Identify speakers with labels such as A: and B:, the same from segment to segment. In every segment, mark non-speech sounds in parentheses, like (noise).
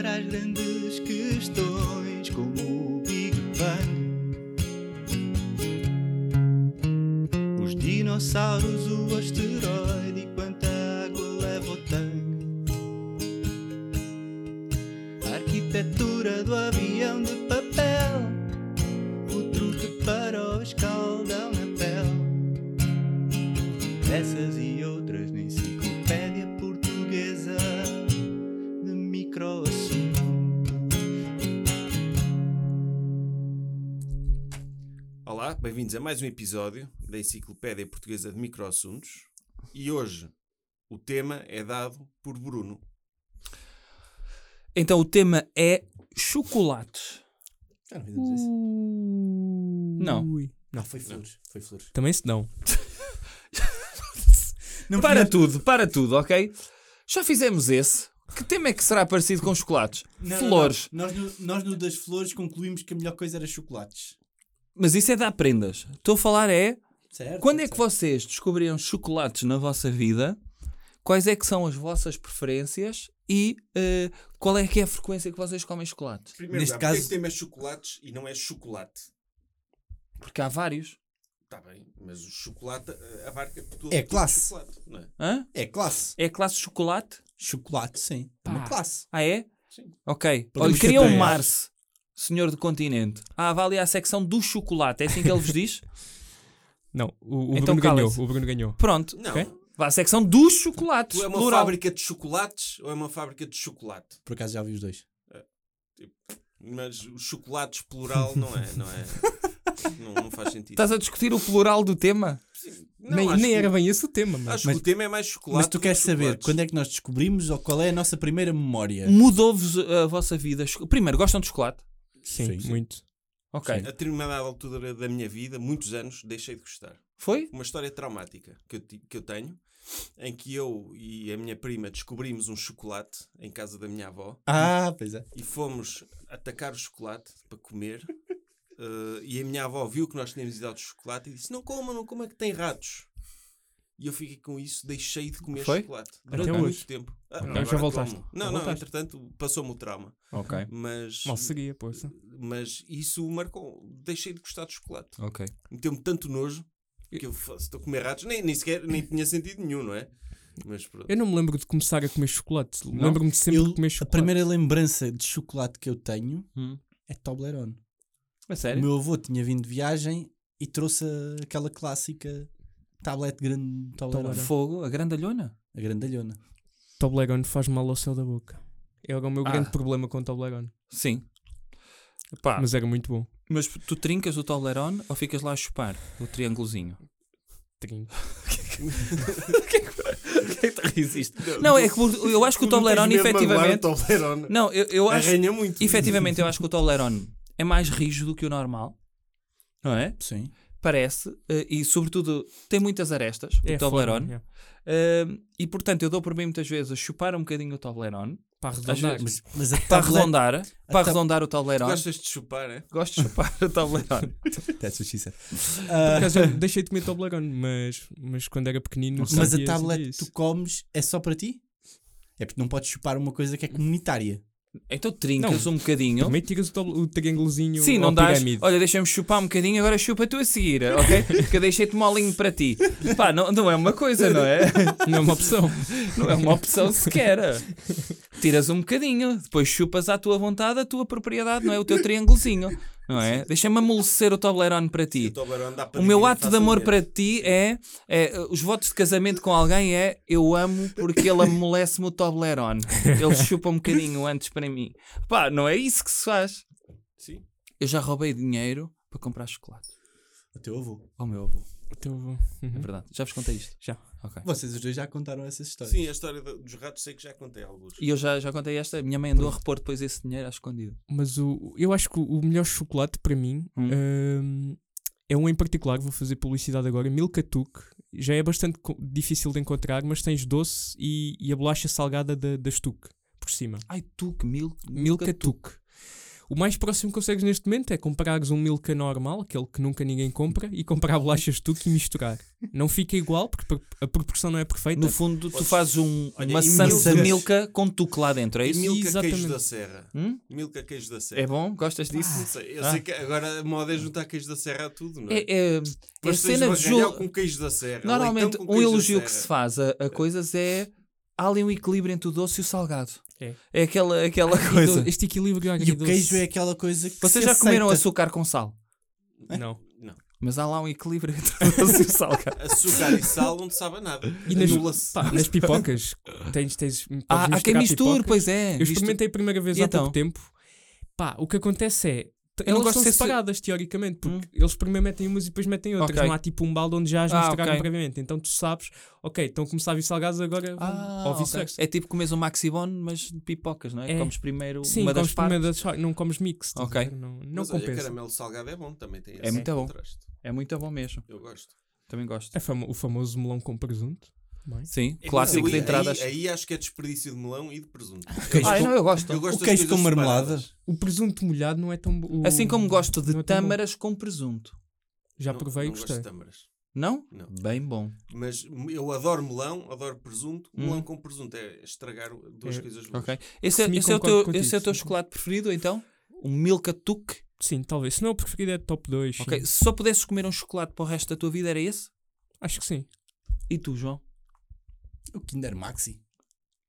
A: grandes questões como o Big Bang. Os dinossauros, o asteroide e quanta água leva o tanque. A arquitetura do avião de papel. O truque para o escaldão na pele. Essas e outras na enciclopédia portuguesa de microassunto.
B: Olá, bem-vindos a mais um episódio da Enciclopédia Portuguesa de Microassuntos. E hoje o tema é dado por Bruno.
C: Então o tema é chocolates.
D: Já não fizemos isso.
C: Não.
D: Não, foi flores. Foi flores.
C: Também se não. para tudo, para tudo, ok? Já fizemos esse. Que tema é que será parecido com chocolates?
D: Não, não,
C: Flores.
D: não. Nós, no, nós no das flores concluímos que a melhor coisa era chocolates.
C: Mas isso é dar prendas. Estou a falar é.
D: Certo?
C: Quando é que vocês descobriram chocolates na vossa vida? Quais é que são as vossas preferências? E eh, qual é que é a frequência que vocês comem chocolate?
B: Primeiro,
D: Neste
B: Neste caso...
D: caso-
B: o tema é chocolates e não é chocolate?
C: Porque há vários.
B: Está bem, mas o chocolate eh, abarca tudo.
D: É
B: tudo
D: classe.
B: Chocolate, não é?
C: Hã?
D: É classe.
C: É a classe chocolate?
D: Chocolate, sim. É uma
C: Pá.
D: classe.
C: Ah, é?
B: Sim.
C: Ok.
D: Podemos
C: Olha, queria um
D: chatear.
C: Marse, senhor do continente. Ah, vá ali à secção do chocolate. É assim que ele vos diz?
E: Não, o, o
C: Então
E: Bruno ganhou.
C: cala-se.
E: O Bruno ganhou.
C: (laughs) Pronto.
B: Não.
E: Ok.
C: Vá à secção dos chocolates.
B: Tu é uma
C: plural.
B: fábrica de chocolates ou é uma fábrica de chocolate?
D: Por acaso já vi os dois.
B: Mas o chocolates plural não é, não é? não, não faz sentido.
C: Estás a discutir o plural do tema?
B: Não,
E: nem
B: acho
E: nem
B: que-
E: era bem esse o tema, mas.
B: Acho que o tema é mais chocolate.
D: Mas tu queres saber quando é que nós descobrimos ou qual é a nossa primeira
C: É.
D: memória?
C: Hum. Mudou-vos a vossa vida? Cho- Primeiro, gostam de chocolate?
E: Sim,
D: Sim.
E: muito.
C: Ok.
B: A determinada altura da minha vida, muitos anos, deixei de gostar.
C: Foi?
B: Uma história traumática que eu, ti- que eu tenho, em que eu e a minha prima descobrimos um chocolate em casa da minha avó
D: Ah, pois é.
B: e fomos atacar o chocolate para
E: (laughs)
B: comer. eh, e a minha avó viu que nós tínhamos ido ao chocolate e disse: Não coma, não coma, que tem ratos. E eu fiquei com isso, deixei de comer
C: Foi?
B: chocolate durante
E: Até
B: muito
E: hoje.
B: tempo. Ah,
E: Ok.
B: agora
E: Já voltaste.
B: como.
E: Já
B: Não, não,
E: voltaste.
B: entretanto passou-me o trauma.
C: Ok.
B: Mas
E: Mal seria, poça.
B: mas isso marcou. Deixei de gostar de chocolate.
C: Ok.
B: Meteu-me tanto nojo que eu fa- estou a comer ratos. Nem, nem sequer nem tinha sentido nenhum, não é? Mas pronto.
E: Eu não me lembro de começar a comer chocolate. Lembro-me de sempre
D: Eu-
E: de comer
D: a
E: chocolate.
D: primeira lembrança de chocolate que eu tenho
C: Hum.
D: é Toblerone.
C: A
D: O
C: sério?
D: meu avô tinha vindo de viagem e trouxe aquela clássica tablete grande de Toblerone.
C: Fogo, a grandalhona?
D: A grandalhona.
E: Toblerone faz mal ao céu da boca. Era o meu
C: Ah. Ah.
E: grande problema com o Toblerone.
C: Sim. Pá, mas,
E: Mas era muito bom.
C: tu trincas o Toblerone ou ficas lá a chupar o triângulozinho?
E: Trinco.
C: (laughs) Não, é que o- eu acho que o Toblerone efetivamente...
B: Toblerone.
C: Não, eu, eu acho...
B: Arranha muito.
C: Efetivamente, eu acho que o Toblerone é mais rígido do que o normal. Não é?
D: Sim.
C: Parece. eh, E, sobretudo, tem muitas arestas, o Toblerone.
E: forma, é.
C: Eh, e, portanto, eu dou por mim muitas vezes a chupar um bocadinho o Toblerone.
E: Para
C: Às
E: arredondar.
C: vezes-
D: Mas a
C: Para
D: tablete-
C: arredondar, para
D: tab-
C: arredondar o Toblerone. Tá- Gosto...
B: Gostas de chupar, é?
C: de chupar o Toblerone.
D: That's what she said.
E: Por
D: Ah,
E: acaso eu deixei de comer Toblerone, mas, mas quando era pequenino.
D: mas
E: sabia-
D: a
E: sabia
D: tablet que
E: isso.
D: tu comes é só para ti? É porque não podes chupar uma coisa que é comunitária.
C: Então trincas
E: Não,
C: um bocadinho.
E: Também tiras o, tobl- o triângulozinho.
C: Sim,
E: ao
C: não dás.
E: pirâmide.
C: Olha, deixa-me chupar um bocadinho, agora chupa tu a seguir, ok? Que eu deixei-te molinho para ti. Pá, não, não é uma coisa, não é?
E: (laughs) Não é uma opção.
C: Não é uma opção sequer. Tiras um bocadinho, depois chupas à tua vontade a tua propriedade, não é? O teu triângulozinho, não é? Deixa-me amolecer o Toblerone para ti.
B: O Toblerone dá para
C: O meu
B: dividir
C: ato de amor para
B: facilmente.
C: ti é, é, eh, Os votos de casamento com alguém é eu amo porque ele amolece-me o Toblerone. Ele chupa um bocadinho antes para mim. Pá, não é isso que se faz.
B: Sim.
C: Eu já roubei dinheiro para comprar chocolate.
D: O teu avô.
C: Ao meu avô,
E: Então, vou-
C: é
E: Uhum.
C: verdade. Já vos contei isto?
E: Já.
C: Ok.
D: Oh, Vocês os dois já contaram essa história.
B: Sim, a história do- dos ratos sei que já contei alguns.
C: E eu já, já contei esta. Minha mãe andou a repor depois esse dinheiro à escondida.
E: Mas o, eu acho que o- o melhor chocolate para mim
C: Hum.
E: hum, é um em particular, vou fazer publicidade agora, Milka Tuk. Já é bastante co- difícil de encontrar, mas tens doce e, e a bolacha salgada da, da Stuck por cima.
C: Ai, tu que mil.
E: Milka Tuk. O mais próximo que consegues neste momento é comprares um Milka normal, aquele que nunca ninguém compra, e comprar bolachas tuc e misturar. Não fica igual, porque pro- a proporção não é perfeita.
C: No fundo, tu fazes um,
B: Olha,
C: uma
B: e
C: sansa
B: milkas.
C: milka com tuco lá dentro, é
B: E
C: isso?
B: Milka
E: exatamente.
B: Queijo da Serra.
C: Hum?
B: Milka Queijo da
C: É
B: Serra.
C: bom? Gostas
B: Não
C: disso?
B: sei, eu
C: Ah.
B: sei que agora a moda é juntar queijo da serra a tudo, não é?
C: É, é, é
B: Mas tens
C: cena de
B: bacalhau
C: jogo.
B: com queijo da serra.
C: Normalmente,
B: leitão com
C: um
B: queijo da
C: elogio que
B: serra.
C: se faz a, a coisas é. Há ali um equilíbrio entre o doce e o salgado.
E: É.
C: É aquela, aquela coisa.
E: Então, Este equilíbrio
D: E
E: agridoce.
D: o queijo é aquela coisa que.
C: Vocês
D: se
C: já comeram
D: aceita.
C: açúcar com sal, é
E: Não.
C: mas há lá um equilíbrio entre o doce e o salgado.
B: Açúcar e sal não te sabe a nada.
E: E nas,
B: Anula-se.
E: pá, nas pipocas, tens, tens, podes
C: Ah, Há, há quem
E: misturar
C: misture,
E: pipocas.
C: pois é.
E: Eu
C: Mistu-
E: experimentei a primeira vez
C: E
E: há
C: então?
E: pouco tempo. Pá, o que acontece é. t-
C: Eu não
E: Elas
C: gosto
E: são
C: de ser-
E: separadas, teoricamente, porque
C: Hum.
E: eles primeiro metem umas e depois metem outras.
C: Ok.
E: Não há tipo um balde onde já as
C: Ah,
E: misturaram
C: ok.
E: previamente. Então tu sabes, ok, então estão a começar a vir salgados agora,
C: Ah,
E: ou
C: ok.
E: vice-versa.
C: É tipo comes um maxibone, mas de pipocas, não é?
E: É.
C: Comes primeiro
E: Sim,
C: uma das
E: comes
C: partes.
E: primeiro das fa- não comes mix. estás a
C: Ok.
E: ver? Não, não
B: Mas olha,
E: compensa.
B: caramelo salgado é bom, também tem
C: É
B: esse
C: muito bom.
B: contraste.
C: É muito bom mesmo.
B: Eu gosto.
C: Também gosto.
E: É famo- o famoso melão com presunto.
C: Sim,
B: É que
C: clássico
B: aí-
C: de entradas.
B: Aí, aí acho que é desperdício de melão e de presunto.
D: Queijo
C: Ah,
D: com-
C: não, eu gosto.
B: Eu gosto
D: O
B: das
D: queijo
B: coisas
D: com marmelada?
B: separadas.
E: O presunto molhado não é tão bom. o-
C: Assim como gosto
E: não
C: de
E: é tão bom.
C: tâmaras com presunto.
E: Já
B: Não-
E: provei e
B: não
E: gostei.
B: Gosto de tâmaras.
C: Não?
B: Não.
C: Bem bom.
B: Mas eu adoro melão, adoro presunto.
C: Hum.
B: Melão com presunto é estragar duas
E: É,
B: coisas boas.
C: Ok. Esse, é,
E: Comi,
C: esse é o
E: concordo
C: teu,
E: contigo,
C: esse é o teu
E: sim.
C: chocolate preferido, então? Um Milka Tuk?
E: Sim, talvez. Se não, o preferido é top 2.
C: Ok. Se só pudesses comer um chocolate para o resto da tua vida, era esse?
E: Acho que sim.
C: E tu, João?
D: O Kinder Maxi,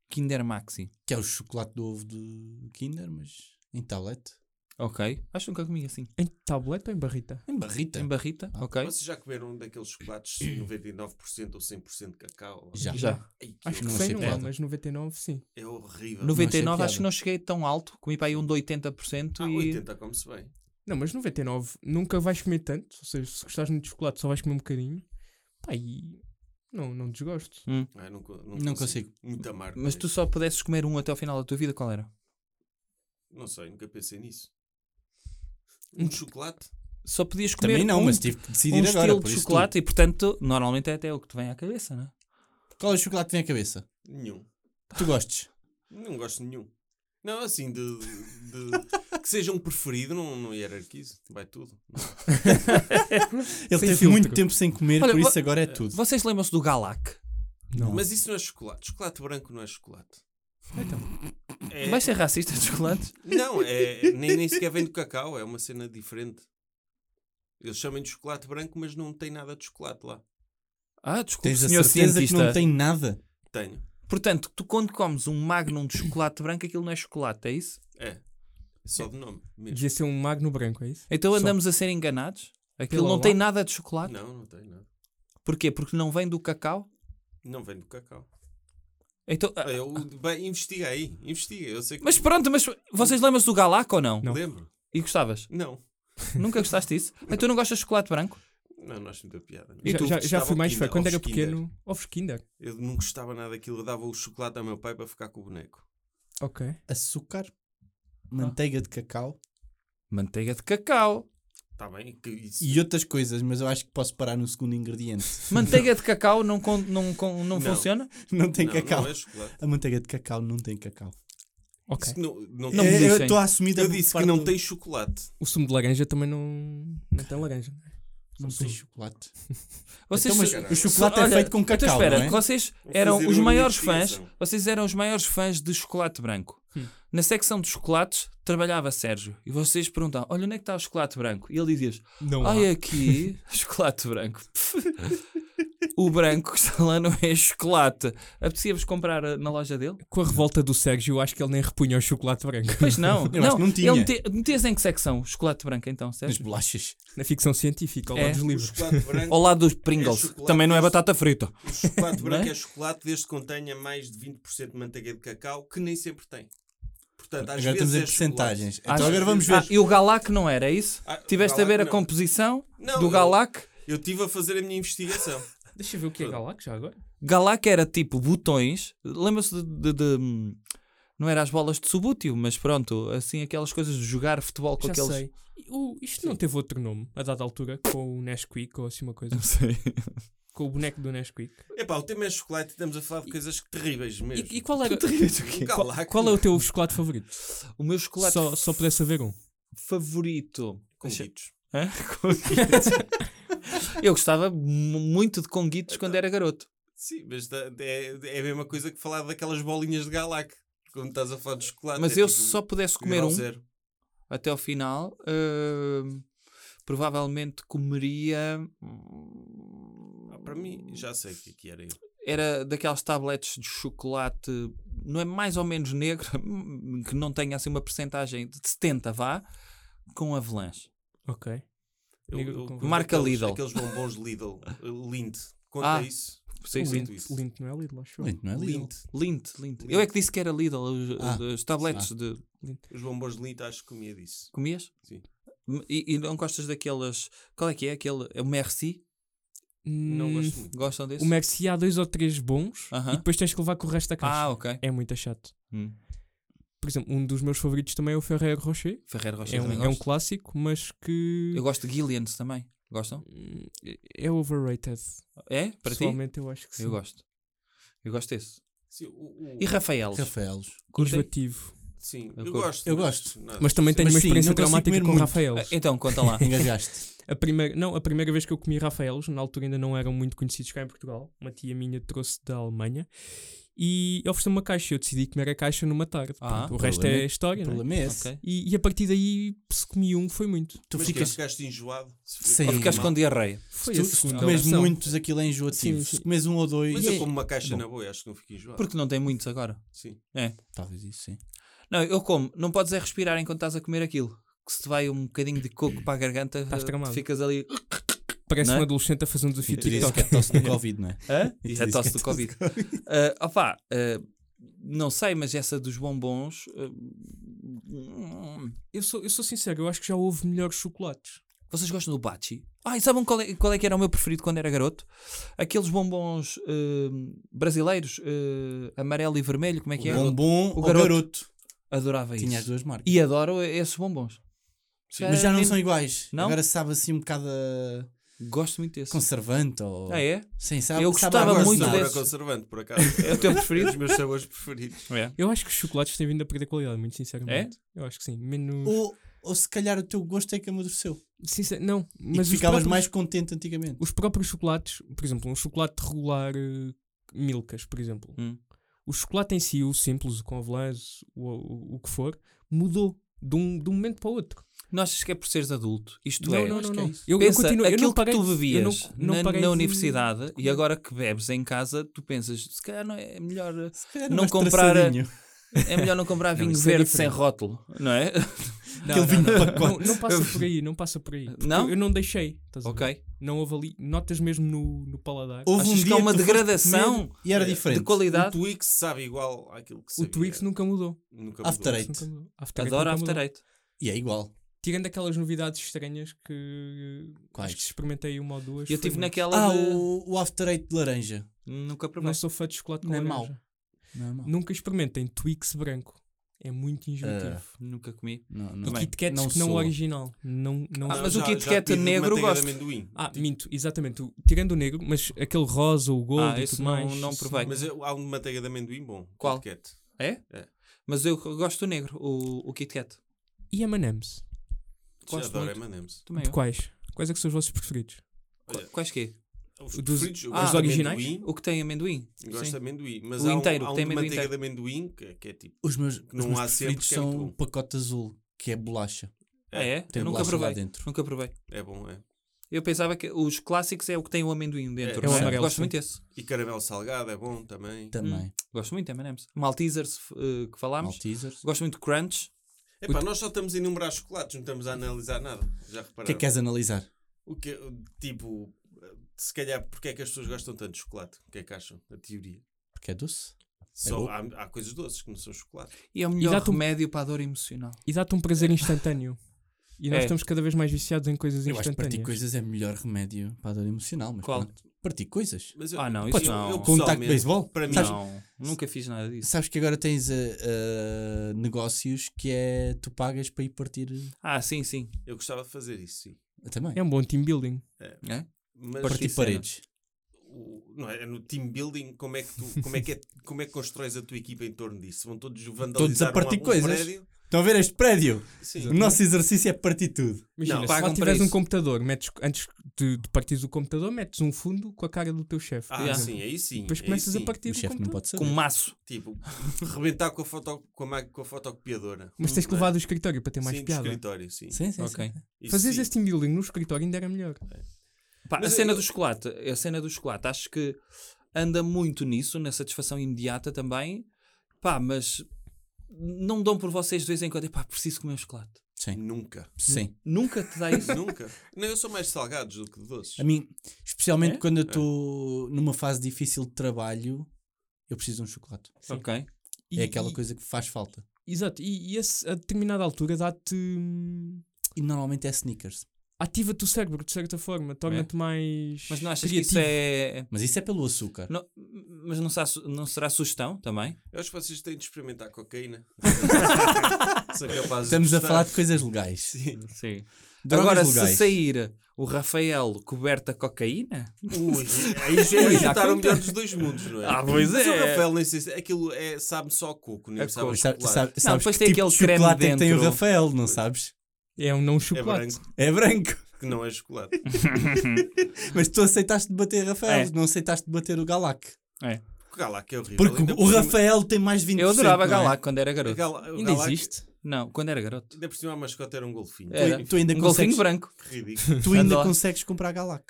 C: Kinder Maxi.
D: que é o chocolate do ovo do Kinder, mas em tablete.
C: Ok. Acho que nunca comi assim.
E: Em tableta ou em barrita?
D: Em barrita.
C: Em barrita? Ok.
B: Vocês já comeram um daqueles chocolates 99% ou 100% de cacau?
D: Já.
E: é.
C: Já.
B: Ai, que
E: Acho que
D: Não
B: horror.
E: sei,
D: achei
E: não há,
D: piada.
E: mas 99 sim.
B: É horrível.
C: 99,
D: achei
C: acho que não cheguei tão alto. Comi para aí um de 80%
B: Ah,
C: e.
B: 80 come-se bem.
E: Não, mas 99 nunca vais comer tanto. Ou seja, se gostares muito de chocolate, só vais comer um bocadinho. Pá, e não, não desgosto.
B: Ah, não, co-
D: Não
B: Muito amargo.
C: Mas tu
B: mesmo.
C: só pudesses comer um até ao final da tua vida, qual era?
B: Não sei, nunca pensei nisso. Um chocolate?
C: Só podias comer
D: Também não,
C: um,
D: mas tive que decidir
C: um
D: agora.
C: estilo
D: por
C: de
D: isso
C: chocolate e, portanto, normalmente é até o que te vem à cabeça, não é?
D: tu- Qual é o chocolate que vem à cabeça?
B: Nenhum.
D: Tu
C: (laughs)
D: gostes?
B: Não gosto de nenhum. Não, assim, de, de- que seja um preferido, não, não hierarquizo. Vai tudo.
D: Ele
E: Sem
D: teve
E: filtro.
D: muito tempo sem comer,
C: Olha,
D: por
C: vo-
D: isso agora é tudo.
C: Vocês lembram-se do Galac?
E: Não.
B: Mas isso não é chocolate. Chocolate branco não é chocolate. Então.
D: É.
C: Vais (laughs) ser racista de chocolates?
B: Não, é, nem, nem sequer vem do cacau, é uma cena diferente. Eles chamam de chocolate branco, mas não tem nada de chocolate lá.
C: Ah, desculpe,
D: Tens a
C: senhor
D: certeza que
C: cientista.
D: não tem nada?
B: Tenho.
C: Portanto, tu quando comes um magnum de chocolate branco, aquilo não é chocolate, é isso?
B: É. Só de nome mesmo.
E: Devia ser um magno branco, é isso?
C: Então
E: Só.
C: andamos a ser enganados? Aquilo
E: Pelo
C: não tem
E: lado.
C: nada de chocolate?
B: Não, não tem nada.
C: Porquê? Porque não vem do cacau?
B: Não vem do cacau.
C: Então, ah,
B: Eu, bem, investiga aí. Investiga. Eu sei que.
C: mas pronto, mas vocês lembram-se do Galac ou não?
E: Não.
B: Lembro?
C: E gostavas?
B: Não.
C: Nunca gostaste disso? Então tu não gostas de chocolate branco?
B: Não, não acho muita piada.
C: E
E: já,
C: tu?
E: já, já
B: Gostava
E: fui mais
B: Kinder,
E: fã. Quando era
B: ovos Kinder.
E: pequeno, ovos Kinder.
B: Eu não gostava nada daquilo. Eu dava o chocolate ao meu pai para ficar com o boneco.
E: Ok.
D: Açúcar, manteiga de cacau
C: Manteiga de cacau.
B: Está Tá bem? Que isso-
D: e outras coisas, mas eu acho que posso parar no segundo ingrediente. (laughs)
C: Manteiga de cacau não, con- não, con- não
B: Não.
C: funciona?
D: Não tem
B: não,
D: cacau.
B: Não é chocolate.
D: A manteiga de cacau não tem cacau.
E: Ok.
B: Isso não, não tem-
C: Não me
D: É, eu
C: dizem.
D: estou a assumir da
B: eu disse que
D: parte
B: não
D: do-
B: tem chocolate.
E: O sumo de laranja também não, não é? tem laranja.
D: Não tem chocolate.
C: Vocês
D: Então, mas
B: se-
D: o chocolate é
C: Olha,
D: feito com
C: Então
D: cacau,
C: espera,
D: não é?
C: vocês
B: Vou
C: eram
B: fazer
C: os
B: uma
C: maiores fãs,
B: investigação.
C: vocês eram os maiores fãs de chocolate branco.
E: Hum.
C: Na secção de chocolates trabalhava Sérgio e vocês perguntavam: Olha, onde é que está o chocolate branco? E ele dizia:
E: Não
C: Ai, aqui, (laughs) chocolate branco. (laughs) o branco que está lá não é chocolate. Apetecia-vos comprar ah, na loja dele?
E: Com a revolta do Sérgio, eu acho que ele nem repunha o chocolate branco.
C: Pois não.
D: (laughs) Eu acho que não tinha.
C: Ele mete- metias em que secção? Chocolate branco, então,
D: Nas
C: Sérgio?
D: bolachas.
E: Na ficção científica, ao
C: É.
E: lado dos
B: O
E: livros.
B: chocolate branco.
C: (laughs) Ao lado dos Pringles, que
B: chocolate,
C: também não é
B: mas-
C: batata frita.
B: O chocolate
C: Não
B: branco
C: é?
B: é chocolate desde que contenha mais de 20% de manteiga de cacau, que nem sempre tem. Portanto, às
D: Agora
B: vezes
D: estamos em
B: é chocolate.
D: percentagens.
C: Às
D: Então agora vamos
C: Ah,
D: ver.
C: e o Galac não era é isso?
B: Ah,
C: Tiveste a
B: Galac
C: ver a
B: não.
C: composição
B: Não,
C: do
B: eu-
C: Galac?
B: Eu estive a fazer a minha investigação.
E: Deixa eu ver o que é Galac já agora.
C: Galac era tipo botões. Lembra-se de, de- de- Não era as bolas de subútil, mas pronto, assim aquelas coisas de jogar futebol com
E: Já
C: aqueles.
E: sei. O- isto não teve outro nome, a dada altura, com o Nesquik ou assim uma coisa.
C: Não sei.
E: com o boneco do Nesquik.
B: Epá, o tema é chocolate e estamos a falar de coisas terríveis mesmo.
E: E, e qual era.
B: Um
E: qual,
B: galaco.
E: qual é o teu chocolate favorito?
C: O meu chocolate.
E: Só, só pudesse haver um.
C: favorito.
B: Com
C: Deixa-
B: guitos.
C: Hã? Conguitos. Eu gostava mu- muito de conguitos
D: Então.
C: quando era garoto.
B: Sim, mas tá- é, é a mesma coisa que falar daquelas bolinhas de galac. Quando estás a falar de chocolate.
C: Mas
B: é
C: eu
B: tipo
C: se só pudesse comer
B: grau
C: um
B: zero.
C: até ao final, hum, provavelmente comeria. hum,
B: Ah, para mim, já sei o que, é que era eu.
C: Era daquelas tabletes de chocolate, não é mais ou menos negro, (laughs) que não tenha assim uma percentagem de 70, vá, com avelãs.
E: Ok.
B: eu,
E: Diga-
B: eu
C: Marca
B: aqueles,
C: Lidl.
B: Aqueles bombons de
C: (laughs)
B: Lidl. Eh, Lind. Conta
C: Ah,
B: isso.
C: Sim, sim.
B: Lint.
E: Lint, Lint não é Lidl, acho eu.
D: Lindo, não é?
B: Lind.
D: Lindo.
C: Lint,
B: Lint.
C: Lint. Eu é que disse que era Lidl, os,
D: Ah.
C: os tabletes de.
B: Os bombons de Lind, acho que comia disso.
C: Comias?
B: Sim.
C: M- E, e não gostas daquelas. Qual é que é? Aquele. É o Merci?
B: Não
E: Hum,
B: gosto muito.
C: Gostam desse?
E: O Merci há dois ou três bons
C: Aham.
E: e depois tens que levar com o resto da caixa.
C: Ah, ok.
E: É muito chato.
C: Hum.
E: Por exemplo, um dos meus favoritos também é o Ferreiro Rocher.
C: Ferreiro Rocher
E: É
C: também
E: um, é um
C: gosto.
E: clássico, mas que
C: Eu gosto de Gillian's também. Gostam?
E: Hum, é overrated.
C: É? Para ti?
E: Pessoalmente eu acho que sim.
C: Eu gosto. Eu gosto desse.
B: Sim, o- o-
C: E Rafaelos?
D: Rafaelos.
C: Curtem?
E: Enjoativo.
B: sim,
C: Eu
B: eu,
C: curto.
B: gosto.
D: Eu
B: mas
D: gosto.
B: nada.
E: Mas também tenho
D: Mas
E: uma
D: sim,
E: experiência
D: não consigo
E: traumática
D: comer
E: com
D: muito.
E: Rafael.
C: Ah, Então, conta
E: (laughs)
C: lá.
D: Engajaste.
E: A primeira, não, a primeira vez que eu comi Rafaelos, na altura ainda não eram muito conhecidos cá em Portugal. Uma tia minha trouxe da Alemanha e ofereceu-me uma caixa. Eu decidi comer a caixa numa tarde.
C: Ah,
E: Pronto, o resto
D: problema-
E: é história,
D: O
E: não é?
D: problema é esse.
C: ok.
E: E, e a partir daí, se comi um, foi muito.
D: Tu
B: mas
D: ficas.
B: que ficaste enjoado. Se foi-
D: Sim.
C: Ou ficaste com diarreia?
E: Foi
D: tu-
E: a
D: se
E: segunda.
D: comes
E: opção.
D: muitos, aquilo é enjoativo.
E: Sim, sim.
D: Se comes um ou dois.
B: Mas
D: é-
B: eu como uma caixa
D: Bom.
B: na boa, acho que não fico enjoado.
C: Porque não tem muitos agora.
B: Sim.
D: Talvez isso, sim.
C: Não, eu como. Não podes é respirar enquanto estás a comer aquilo. Que se te vai um bocadinho de coco para a garganta,
E: Estás
C: eh,
E: tramado.
C: ficas ali.
E: Parece
C: não é?
E: um adolescente a fazer um
D: E
E: desafio
D: tu dizes
E: TikTok.
D: que é tosse do Covid, não é?
C: Hã?
D: Isso
C: Isso é
D: diz
C: tosse
D: que
C: do
D: é
C: Covid. Ah, opá, ah, não sei, mas essa dos bombons. ah, hum,
E: Eu sou, eu sou sincero, eu acho que já houve melhores chocolates.
C: vocês gostam do Bachi? Ah, e sabem qual é, qual é que era o meu preferido quando era garoto? Aqueles bombons ah, brasileiros, ah, amarelo e vermelho, como é que é?
D: Bombom
C: O
D: ou
C: garoto.
D: garoto.
C: Adorava
D: Tinha as
C: isso.
D: duas marcas.
C: E adoro esses bombons.
D: Mas já não
C: nem-
D: são iguais.
C: Não?
D: Agora sabe assim um bocado a
C: Gosto muito desse.
D: conservante ou.
C: Ah, é?
D: Sim, sabe,
C: Eu
D: sabe
C: gostava
D: a
B: Agora,
C: muito
B: sabor a
C: desses.
B: conservante, por acaso.
C: É o teu preferido?
B: Os meus sabores preferidos.
E: Eu acho que os chocolates têm vindo a perder qualidade, muito sinceramente.
D: É?
E: Eu acho que sim. Menos.
D: Ou, ou se calhar o teu gosto é que amadureceu.
E: Sincer... Não,
D: E
E: mas
D: tu
E: os
D: ficavas
E: próprios-
D: mais contente antigamente.
E: os próprios chocolates, por exemplo, um chocolate regular eh, Milkas, por exemplo.
C: Hum.
E: O chocolate em si, o simples, o com avelãs, o, o, o que for, mudou de um, de um momento para o outro.
C: Não achas que é por seres adulto? Isto
E: não,
C: é.
E: não,
D: acho
E: não,
D: que
E: não.
D: é isso.
E: eu, eu
C: Pensa,
E: continuo, eu
C: aquilo
E: não parei,
C: que tu
E: de- eu
C: bebias
E: não, não
C: na,
E: parei
C: na
E: de-
C: universidade e agora que bebes em casa, tu pensas, se calhar não é, é melhor,
D: Se calhar
C: Não
D: mais
C: comprar a-
D: traçadinho.
C: é melhor não comprar vinho
E: isso é
C: verde sem
E: diferente.
C: rótulo, não é?
D: aquele vinho de
E: (laughs) Não,
D: pacote.
E: não passa por aí, não passa
C: (laughs)
E: por aí. Porque
C: Não?
E: Eu, eu não deixei. estás a ver?
C: ok.
E: Não avali, notas mesmo no, no paladar.
D: Houve
C: Achas que há
D: dia
C: uma
D: tu foste
C: degradação
D: comer E era
B: de
D: diferente.
C: de qualidade?
B: O Twix sabe igual àquilo que
E: o
B: sabia.
E: Twix nunca mudou.
B: Nunca
C: Ah,
D: After
B: mudou.
D: Eight.
E: Nunca mudou. After Eight
C: Adoro
E: nunca mudou.
C: After Eight.
D: E é igual.
E: Tirando aquelas novidades estranhas que eh,
D: Quais?
E: acho que experimentei uma ou duas.
C: Eu
E: foi
C: estive
E: muito.
C: naquela
D: Ah,
C: de...
D: o, o After Eight de laranja.
C: Nunca provei.
E: Não sou fã de chocolate com
D: Não é
E: laranja.
D: mau. Não é mau.
E: Nunca experimentem Twix branco. É muito enjoativo.
D: Ah,
C: Nunca comi.
D: Não, não.
E: e Kit Kats
D: não
E: que não o
D: sou.
E: original. Não, não
C: Ah,
E: sou.
C: mas o Kit
B: já
C: Kat
B: tive de
C: negro
B: manteiga de
C: gosto.
B: amendoim.
E: Ah, minto, exatamente. o- tirando o negro, mas aquele rosa, o gold
C: Ah,
E: e
C: esse
E: tudo
C: não-
E: mais.
C: não
E: isso-
C: provei.
B: Mas eu- há um de manteiga de amendoim bom.
C: Qual?
B: Kit Kat.
C: É?
B: É.
C: Mas eu gosto do negro, o, o Kit Kat.
E: E M&M's?
B: Já
C: Gosto
B: adoro
C: muito.
B: M&M's.
C: Também
E: De
C: eu.
E: quais? Quais é que são os vossos preferidos?
B: Olha,
C: Quais que é?
B: Os
E: Dos-
B: preferidos, eu
C: Ah,
B: gosto
E: os
B: de
E: originais?
B: amendoim,
C: O que tem amendoim?
B: Gosto de
C: Sim.
B: amendoim. Mas
C: O
B: há um,
C: inteiro,
B: há
C: que
B: um
C: tem
B: de
C: amendoim
B: manteiga de amendoim que, que é tipo...
D: Os meus, os
B: não
D: meus
B: há sempre,
D: preferidos
B: que é
D: são
B: muito
D: o
B: bom.
D: pacote azul, que é bolacha.
C: Ah, é?
D: Tem
C: Eu nunca
D: bolacha lá
C: provei.
D: dentro.
C: Nunca provei.
B: É bom, é.
C: Eu pensava que os clássicos é o que tem o amendoim dentro.
B: É,
C: não
E: é o
C: é?
E: amarelo,
C: Gosto
E: sim.
C: muito desse.
B: E caramelo salgado é bom também.
C: Tá.
D: Também.
C: Gosto muito de M&M's. Maltesers eh, que falámos.
D: Maltesers. é
C: Gosto muito de Crunch.
B: Epá, nós só estamos a enumerar chocolates, não estamos a analisar nada. Já repararam?
D: O que é que queres analisar?
B: O que, tipo, se calhar, porque é que as pessoas gostam tanto de chocolate? O que é que acham? A teoria.
D: Porque é doce.
B: Só,
D: bom.
B: há, há coisas doces que não são chocolate.
C: E é o melhor
E: dá-te um-
C: remédio para a dor emocional.
E: E dá-te um
C: (laughs)
E: prazer instantâneo. E nós
C: É.
E: estamos cada vez mais viciados em coisas
D: Eu acho que partir
E: instantâneas.
D: coisas é melhor remédio para a dor emocional. Mas
C: Qual?
D: pronto. Partir coisas.
B: Mas eu,
C: Ah, não, isso não. Com um
D: Com um taco de
B: pessoalmente,
D: beisebol.
B: Para mim,
D: Sabes-
C: Não, nunca fiz nada disso.
D: Sabes que agora tens eh, eh, negócios que é tu pagas para ir partir.
C: Ah, sim, sim.
B: eu gostava de fazer isso, sim.
D: Eu Também.
E: É um bom team building.
B: Mas
D: partir
C: cenas.
D: paredes.
B: o- não é, no team building, como é, que tu, como, é que é- como é que constróis a tua equipa em torno disso? Vão todos vandalizar um-
D: partir
B: um
D: coisas.
B: prédio?
D: Estão a ver este prédio?
B: Sim.
D: O nosso exercício é partir tudo.
E: Imagina,
B: Não,
E: se lá
C: pagam
E: tiveres
C: para
E: um
C: isso.
E: computador, metes, antes de, de partires o computador, metes um fundo com a cara do teu chefe. por
B: Ah,
E: exemplo.
B: sim, aí sim.
E: Depois
B: aí
E: começas
B: sim.
E: a partir
D: O
E: o
D: chefe não
E: computador.
D: pode saber.
C: Com um maço.
B: Tipo, rebentar com a, foto, com, a, ma- com a fotocopiadora.
E: Mas tens que levar do escritório para ter mais
B: sim, do
E: piada.
B: escritório, sim.
D: Sim, sim,
C: Ok.
D: sim.
B: Isso
E: Fazeres
B: sim.
E: esse tipo team building no escritório ainda era melhor.
C: Pá, a
B: Mas eu-
C: cena
B: eu-
C: do chocolate, a cena do chocolate, acho que anda muito nisso, na satisfação imediata também. Pá, mas não dão por vocês de vez em quando. Pá, preciso comer um chocolate.
B: Nunca.
D: Sim.
C: Nunca te dá isso.
B: Nunca. Não, eu sou mais de salgados do que de doces.
D: A mim, especialmente
C: É?
D: quando eu estou numa fase difícil de trabalho, eu preciso de um chocolate.
C: ok.
E: E-
D: é aquela
E: e-
D: coisa que faz falta.
E: Exato, e, e esse, a determinada altura dá-te. hum,
D: E normalmente é sneakers.
E: Ativa-te o cérebro, de certa forma, torna-te mais.
C: Mas não achas que
E: criativo.
C: isso é.
D: Mas isso é pelo açúcar.
C: não- mas não, sa- não será sugestão também?
B: Eu acho que vocês têm de experimentar cocaína. São capazes
D: Estamos
B: de
D: a
B: gostar.
D: falar de coisas legais.
B: Sim.
C: (laughs) Sim.
D: Drogas
C: Agora,
D: legais.
C: se sair o Rafael coberto a cocaína,
B: Ui, aí já é juntar o melhor dos dois mundos, não é?
C: Ah, pois
B: Mas o
C: é.
B: Rafael nem sei se... Aquilo é, sabe só coco, nem
C: É
B: sabe a
C: coco.
D: Sabe-
B: chocolate.
D: sabe- sabes
C: depois
D: que
C: tem
D: tipo de
C: aquele creme
D: chocolate é que tem o
C: dentro.
D: Rafael, não sabes?
E: É um não
B: É
E: chocolate.
B: branco,
D: É branco. (laughs)
B: que não é chocolate.
D: Mas tu aceitaste bater Rafael,
C: É.
D: não aceitaste bater o Galac.
B: O Galac é horrível.
D: Porque
B: Ainda
D: o
B: por cima-
D: Rafael tem mais 20%.
C: eu adorava
D: não é?
C: Galac quando era
B: o
C: garoto.
B: Gala- o
C: Ainda
B: Galac-
C: existe? Não, quando era garoto.
B: Ainda por cima a mascota era um golfinho.
C: É. Era.
D: Tu, tu ainda
C: Um golfinho
D: consegues,
C: branco.
B: Que ridículo.
D: tu ainda
C: Adoro.
D: consegues comprar Galac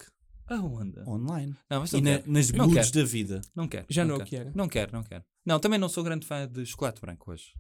C: Aonde?
D: online
C: Não, mas não
D: e na-
C: quero.
D: nas
C: Não
D: goods da vida.
C: Não quero.
E: Já não é o
C: quero.
E: que era.
C: Não quero, não quero. Não, também não sou grande fã de chocolate branco hoje.